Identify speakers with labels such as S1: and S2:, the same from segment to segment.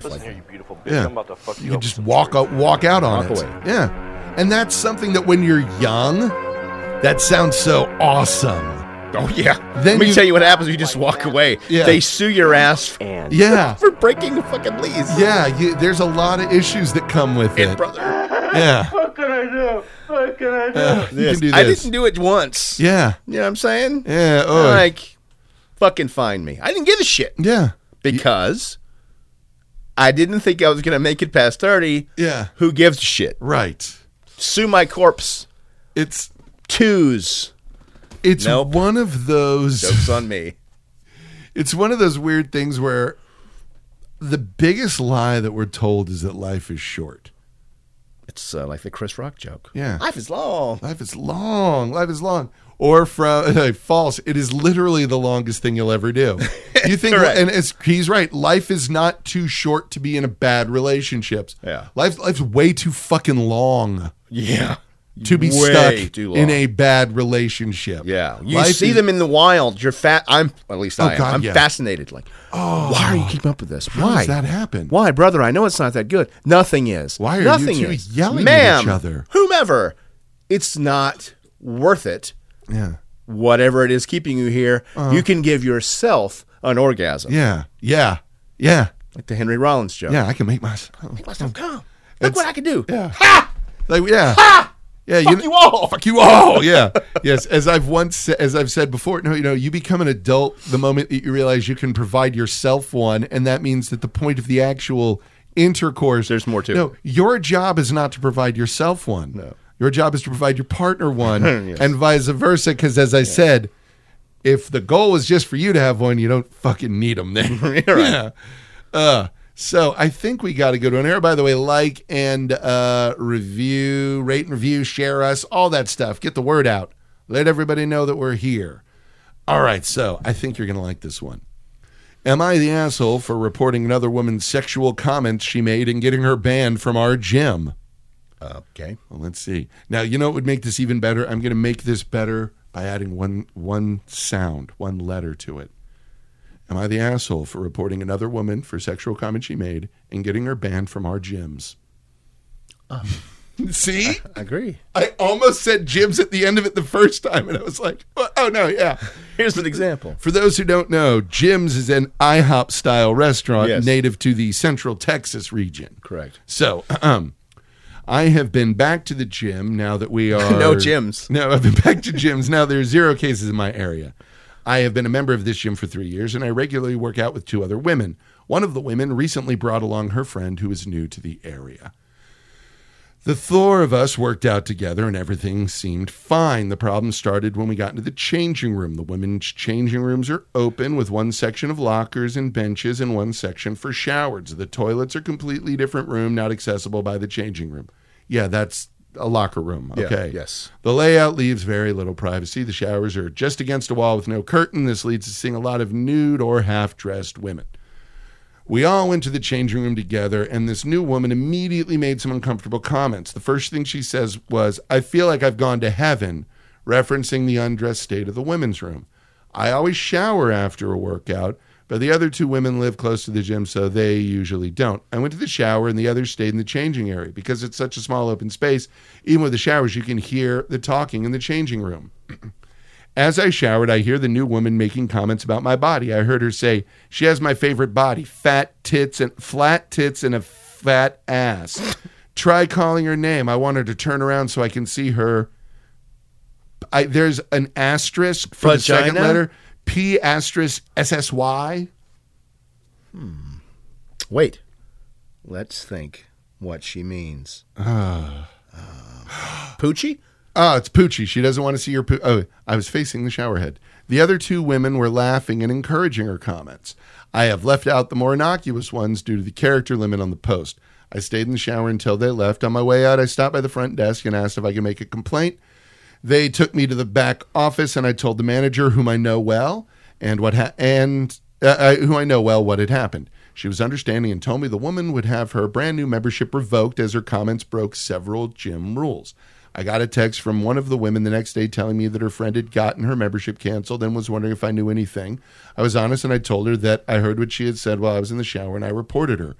S1: Listen here, you beautiful bitch.
S2: Yeah.
S1: I'm about to fuck you.
S2: You can
S1: up
S2: just
S1: with some
S2: walk
S1: stories.
S2: out, walk out on
S3: Walk
S2: it.
S3: away.
S2: Yeah, and that's something that when you're young, that sounds so awesome.
S3: Oh yeah.
S2: Then
S3: Let me
S2: you-
S3: tell you what happens. when You just walk away.
S2: Yeah.
S3: They sue your ass for,
S1: And
S2: Yeah,
S3: for breaking the fucking lease.
S2: yeah. You, there's a lot of issues that come with
S3: And
S2: it.
S3: brother,
S2: Yeah,
S1: what can I do? What can I do?
S2: Uh, you can do
S3: I
S2: this.
S3: didn't do it once.
S2: Yeah,
S3: You know what I'm saying?
S2: yeah. Oh,
S3: Like, fucking find me. I didn't give a shit
S2: yeah,
S3: because I didn't think I was gonna make it past thirty.
S2: yeah.
S3: Who gives a shit?
S2: Right.
S3: Sue my corpse.
S2: It's
S3: Twos.
S2: it's
S3: Nope.
S2: one of those.
S3: Jokes on me.
S2: It's one of those weird things where the biggest lie that we're told is that life is short.
S3: It's uh, like the Chris Rock joke.
S2: Yeah.
S3: Life is long.
S2: Life is long. Life is long. Or from false. It is literally the longest thing you'll ever do. You think,
S3: Correct.
S2: and it's, he's right. Life is not too short to be in a bad relationships.
S3: Yeah.
S2: life life's way too fucking long
S3: Yeah.
S2: to be
S3: Way
S2: stuck
S3: too long.
S2: in a bad relationship.
S3: Yeah, you
S2: Life
S3: see
S2: is- Oh,
S3: them in the wild. You're fat. I'm at least I am.
S2: God,
S3: I'm
S2: yeah.
S3: fascinated. Like, oh, why are you keeping up with this?
S2: How
S3: why
S2: does that happen?
S3: Why, brother? I know it's not that good. Nothing is.
S2: Why are you
S3: Nothing
S2: two
S3: is.
S2: yelling at
S3: Ma'am,
S2: each other?
S3: Whomever, it's not worth it.
S2: Yeah,
S3: Whatever it is keeping you here, you can give yourself an orgasm.
S2: Uh. yeah, yeah, yeah,
S3: Like the Henry Rollins joke.
S2: yeah. I can make myself.
S3: Make myself come. Look what I can do.
S2: Yeah. Like yeah. Yeah,
S3: Fuck you all.
S2: Fuck you all. Yeah. yes, as I've once sa- as I've said before, no, you know, you become an adult the moment that you realize you can provide yourself one and that means that the point of the actual intercourse
S3: There's more to
S2: No, your job is not to provide yourself one. No. Your job is to provide your partner one and vice versa cuz as I said, if the goal is just for you to have one, you don't fucking need them then. Yeah. Uh, so I think we got to go to an air. By the way, like and uh, review, rate and review, share us, all that stuff. Get the word out. Let everybody know that we're here. All right. So I think you're going to like this one. Am I the asshole for reporting another woman's sexual comments she made and getting her banned from our gym?
S3: Okay.
S2: Well, let's see. Now, you know what would make this even better? I'm going to make this better by adding one one sound, one letter to it. Am I the asshole for reporting another woman for sexual comment she made and getting her banned from our gyms? see?
S3: I agree.
S2: I almost said gyms at the end of it the first time, and I was like, oh, oh no, yeah.
S3: Here's an example.
S2: For those who don't know, Jim's is an IHOP style restaurant
S3: Yes.
S2: native to the central Texas region.
S3: Correct.
S2: So, um, I have been back to the gym now that we are
S3: No gyms.
S2: No, I've been back to gyms now. There are zero cases in my area. I have been a member of this gym for three years, and I regularly work out with two other women. One of the women recently brought along her friend who is new to the area. The four of us worked out together and everything seemed fine. The problem started when we got into the changing room. The women's changing rooms are open with one section of lockers and benches and one section for showers. The toilets are completely different room, not accessible by the changing room. Yeah, that's a locker room.
S3: Yeah,
S2: Okay.
S3: yes.
S2: The layout leaves very little privacy. The showers are just against a wall with no curtain. This leads to seeing a lot of nude or half dressed women. We all went to the changing room together, and this new woman immediately made some uncomfortable comments. The first thing she says was, I feel like I've gone to heaven, referencing the undressed state of the women's room. I always shower after a workout, but the other two women live close to the gym, so they usually don't. I went to the shower, and the others stayed in the changing area because it's such a small open space. Even with the showers, you can hear the talking in the changing room. As I showered, I hear the new woman making comments about my body. I heard her say, "She has my favorite body: fat tits and flat tits and a fat ass." Try calling her name. I want her to turn around so I can see her. I, there's an asterisk for the second
S3: Vagina?
S2: letter. P asterisk S S Y.
S3: Wait. Let's think what she means. Um, Poochie?
S2: Ah, it's Poochie. She doesn't want to see your poo. Oh, I was facing the shower head. The other two women were laughing and encouraging her comments. I have left out the more innocuous ones due to the character limit on the post. I stayed in the shower until they left. On my way out, I stopped by the front desk and asked if I could make a complaint. They took me to the back office, and I told the manager, whom I know well, and what ha- and uh, I, who I know well, what had happened. She was understanding and told me the woman would have her brand new membership revoked as her comments broke several gym rules. I got a text from one of the women the next day telling me that her friend had gotten her membership canceled and was wondering if I knew anything. I was honest and I told her that I heard what she had said while I was in the shower and I reported her.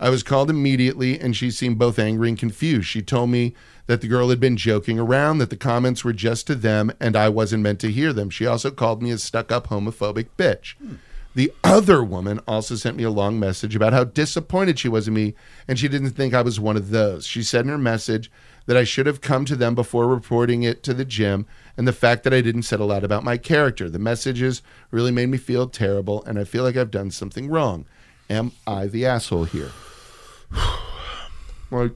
S2: I was called immediately, and she seemed both angry and confused. She told me that the girl had been joking around, that the comments were just to them, and I wasn't meant to hear them. She also called me a stuck up homophobic bitch. The other woman also sent me a long message about how disappointed she was in me and she didn't think I was one of those. She said in her message that I should have come to them before reporting it to the gym and the fact that I didn't said a lot about my character. The messages really made me feel terrible and I feel like I've done something wrong. Am I the asshole here? like,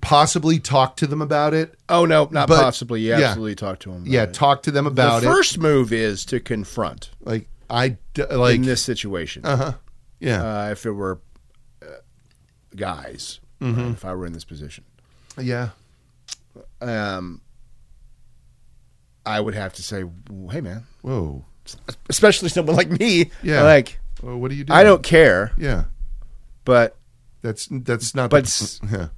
S2: possibly talk to them about it.
S3: Oh no, not
S2: But-
S3: possibly. You
S2: yeah.
S3: absolutely talk to him. about
S2: Yeah,
S3: it.
S2: talk to them about
S3: the first move is to confront
S2: it. Like, I d- like, uh-huh.
S3: in this situation.
S2: yeah.
S3: uh, if it were uh, guys,
S2: Mm-hmm.
S3: right, if I were in this position, Uh,
S2: yeah.
S3: um, I would have to say, "Hey, man,"
S2: Whoa.
S3: especially someone like me.
S2: Yeah.
S3: like
S2: Well, what do you do?
S3: I don't care,
S2: Yeah.
S3: but
S2: That's that's not.
S3: But
S2: the,
S3: s-
S2: yeah,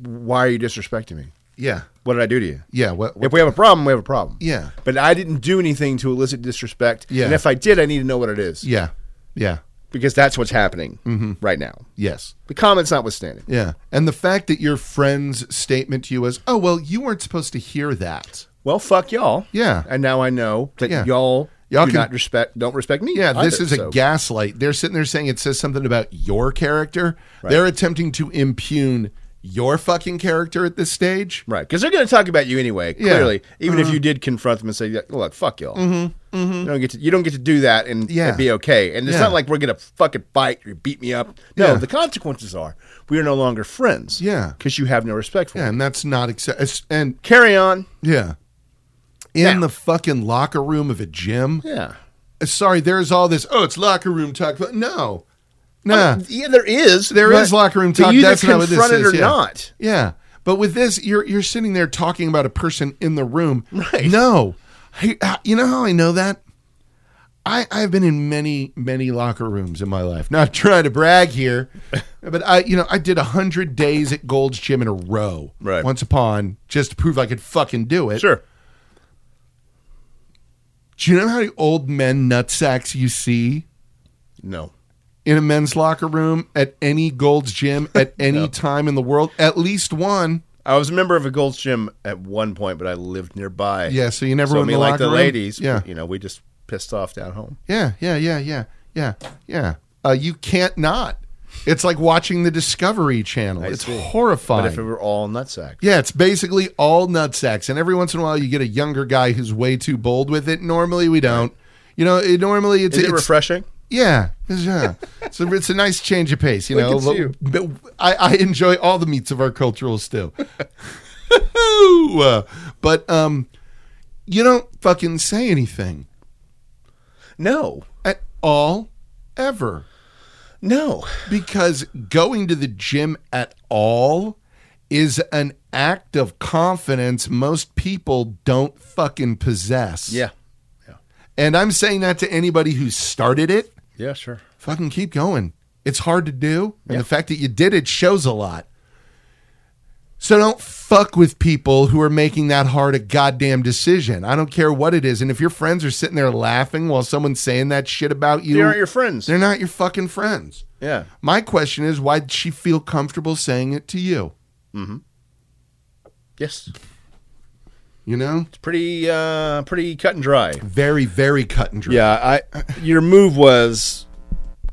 S3: why are you disrespecting me?
S2: yeah,
S3: What did I do to you?
S2: yeah. What? what
S3: If we have a problem, we have a problem.
S2: yeah,
S3: But I didn't do anything to elicit disrespect.
S2: Yeah.
S3: And if I did, I need to know what it is
S2: yeah, Mm-hmm. yeah.
S3: because that's what's happening right now.
S2: Yes,
S3: The comments notwithstanding.
S2: yeah. And the fact that your friend's statement to you was, "Oh well, you weren't supposed to hear that."
S3: Well, fuck y'all.
S2: Yeah.
S3: And now I know that
S2: Yeah.
S3: y'all
S2: Y'all
S3: do
S2: can-
S3: not respect don't respect me.
S2: Yeah, this
S3: either,
S2: is a
S3: so-
S2: gaslight. They're sitting there saying it says something about your character. They're attempting to impugn your fucking character at this stage.
S3: Right, because they're going to talk about you anyway. Clearly, even
S2: Mm-hmm.
S3: if you did confront them and say, "Look, fuck y'all," you don't get to you don't get to do that and,
S2: Yeah.
S3: and be okay. And it's
S2: Yeah.
S3: not like we're going to fucking fight or beat me up. No,
S2: Yeah.
S3: the consequences are we are no longer friends.
S2: Yeah.
S3: because you have no respect for
S2: Yeah,
S3: me.
S2: and that's not accept. And
S3: Carry on.
S2: yeah, in the
S3: Now-
S2: fucking locker room of a gym.
S3: Yeah,
S2: Sorry, there's all this. Oh, it's locker room talk. No, nah.
S3: yeah. There is
S2: There
S3: there
S2: is
S3: is
S2: locker room talk.
S3: You either
S2: That's not what this
S3: confront it
S2: is,
S3: or
S2: yeah.
S3: not.
S2: Yeah. But with this, you're you're sitting there talking about a person in the room. Right. No. Hey, uh, you know how I know that? I I've been in many many locker rooms in my life. Not trying to brag here, but I you know I did hundred days at Gold's Gym in a row.
S3: Right.
S2: Once upon just to prove I could fucking do it.
S3: Sure.
S2: Do you know how many old men nutsacks you see
S3: No.
S2: in a men's locker room at any Gold's Gym at any time in the world? At least one.
S3: I was a member of a Gold's Gym at one point, but I lived nearby.
S2: Yeah. So you never
S3: so I
S2: went in
S3: mean,
S2: the
S3: like
S2: locker
S3: the
S2: room?
S3: ladies,
S2: Yeah.
S3: you know, we just pissed off down home.
S2: Yeah, yeah, yeah, yeah, yeah, yeah. Uh, you can't not. It's like watching the Discovery Channel. it's
S3: see.
S2: horrifying.
S3: But if it were all nutsack,
S2: yeah, it's basically all nutsacks. And every once in a while, you get a younger guy who's way too bold with it. Normally, we don't. You know, it, normally it's
S3: is it
S2: it's-
S3: refreshing?
S2: yeah, it's- yeah. so it's a nice change of pace. You
S3: Look
S2: know,
S3: at
S2: But-
S3: you.
S2: but I, I enjoy all the meats of our cultural stew. Uh, but um, you don't fucking say anything
S3: No,
S2: at all, ever.
S3: no.
S2: because going to the gym at all is an act of confidence most people don't fucking possess.
S3: Yeah,
S2: And I'm saying that to anybody who started it,
S3: yeah, sure.
S2: fucking keep going. It's hard to do. And
S3: Yeah.
S2: the fact that you did it shows a lot. So don't fuck with people who are making that hard a goddamn decision. I don't care what it is. And if your friends are sitting there laughing while someone's saying that shit about you,
S3: They aren't your friends.
S2: they're not your fucking friends.
S3: Yeah,
S2: My question is, why did she feel comfortable saying it to you?
S3: yes.
S2: You know,
S3: It's pretty, uh, pretty cut and dry.
S2: very, very cut and dry.
S3: Yeah, I. Your move was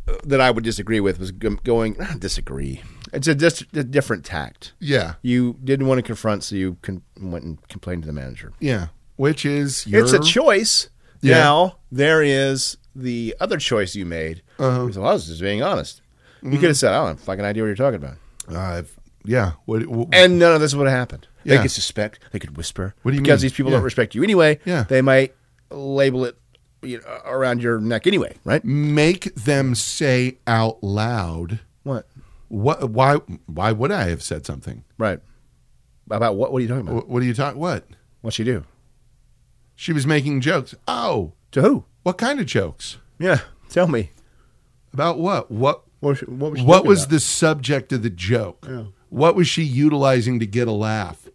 S3: uh, that I would disagree with was g- going not disagree. It's a, dis- a different tact.
S2: yeah,
S3: You didn't want to confront, so you con- went and complained to the manager.
S2: yeah. Which is your,
S3: It's a choice.
S2: Yeah.
S3: Now there is the other choice you made.
S2: Uh-huh.
S3: You said, "Well, I was just being honest. You could have said, "I don't have a fucking idea what you're talking about,"
S2: I've- yeah. What, what-
S3: and none of this would have happened.
S2: Yeah.
S3: They could suspect. They could whisper.
S2: What do you
S3: because
S2: mean?
S3: these people
S2: Yeah.
S3: don't respect you anyway.
S2: Yeah.
S3: They might label it you know, around your neck anyway, right?
S2: make them say out loud.
S3: What?
S2: What? Why? Why would I have said something?
S3: Right. About what? What are you talking about?
S2: What, what are you talking? What?
S3: What'd she do?
S2: She was making jokes. Oh,
S3: To who?
S2: what kind of jokes?
S3: Yeah. Tell me.
S2: About what? What?
S3: What was she, what was, she
S2: What
S3: talking
S2: was
S3: about?
S2: the subject of the joke? What was she utilizing to get a laugh?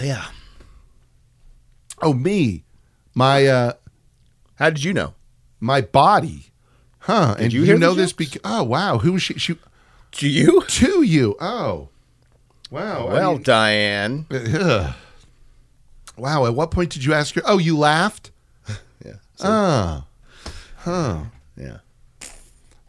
S3: Yeah.
S2: Oh, me, my uh,
S3: How did you know?
S2: my body. Huh? and
S3: you hear the
S2: know this?
S3: jokes?
S2: Bec- oh wow, who was she, she
S3: Do you?
S2: to you? Oh, wow. Oh, I
S3: Well,
S2: mean,
S3: Diane.
S2: Ugh. Wow, at what point did you ask her? Oh, you laughed?
S3: Yeah. So-
S2: Oh. Huh.
S3: yeah.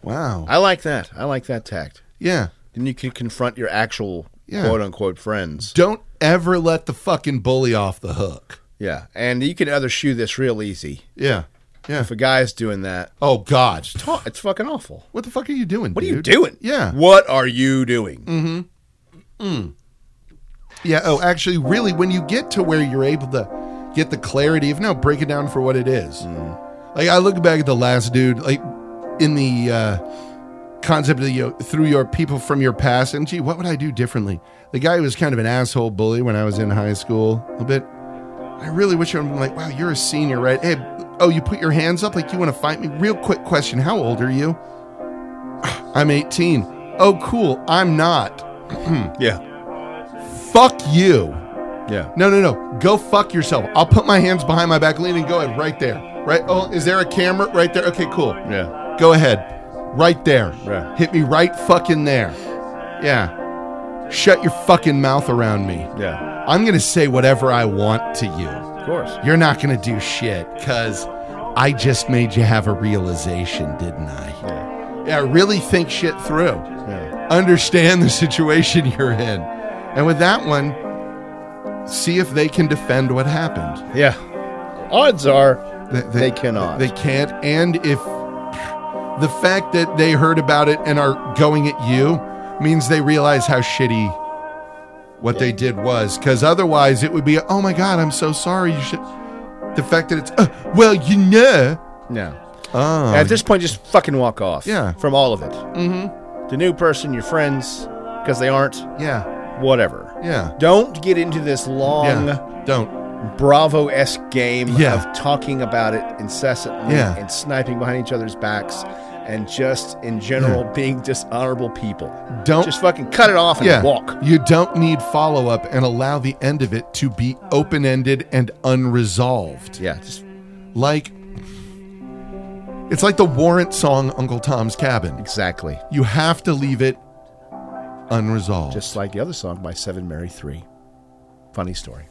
S2: Wow.
S3: I like that. I like that tact.
S2: Yeah.
S3: Then you can confront your actual
S2: Yeah.
S3: quote unquote friends.
S2: Don't ever let the fucking bully off the hook.
S3: Yeah. And you can other shoe this real easy.
S2: Yeah. Yeah.
S3: If a guy's doing that,
S2: Oh God.
S3: oh, it's fucking awful.
S2: What the fuck are you doing?
S3: What are you
S2: dude?
S3: doing?
S2: Yeah. Mm.
S3: What are you doing?
S2: Yeah. Oh, actually, really, when you get to where you're able to get the clarity of no, break it down for what it is. Like I look back at the last dude, like in the uh, concept of you know, through your people from your past, and gee, what would I do differently? The guy who was kind of an asshole bully when I was in high school a bit. I really wish I'm like, wow, you're a senior, right? Hey, oh, you put your hands up like you want to fight me. Real quick question: How old are you? I'm 18. Oh, cool. I'm not.
S3: Yeah.
S2: Fuck you.
S3: Yeah.
S2: No, no, no. Go fuck yourself. I'll put my hands behind my back, lean and go ahead right there. Right? Oh, is there a camera right there? Okay, cool.
S3: Yeah.
S2: Go ahead. Right there.
S3: Yeah.
S2: Hit me right fucking there. Yeah. Shut your fucking mouth around me.
S3: Yeah.
S2: I'm going to say whatever I want to you.
S3: Of course.
S2: You're not going to do shit cuz I just made you have a realization, didn't I?
S3: Yeah.
S2: Yeah, really think shit through
S3: Yeah.
S2: understand the situation you're in. And with that one, see if they can defend what happened.
S3: Yeah. Odds are They cannot.
S2: They can't. And if the fact that they heard about it and are going at you means they realize how shitty what they did was. Because otherwise, it would be, oh my God, I'm so sorry. You should. The fact that it's, uh, well, you know.
S3: no.
S2: Oh,
S3: At this point, just fucking walk off.
S2: Yeah.
S3: From all of it. Mm-hmm. The new person, your friends, because they aren't,
S2: yeah,
S3: whatever.
S2: yeah.
S3: Don't get into this long
S2: Yeah. Don't.
S3: Bravo esque game
S2: Yeah.
S3: of talking about it incessantly
S2: Yeah.
S3: and sniping behind each other's backs and just in general being dishonorable people.
S2: Don't
S3: Just fucking cut it off and walk.
S2: You don't need follow up and allow the end of it to be open ended and unresolved.
S3: Yeah. Just
S2: Like, it's like the warrant song Uncle Tom's Cabin.
S3: exactly.
S2: You have to leave it unresolved.
S3: Just like the other song by Seven Mary Three. Funny story.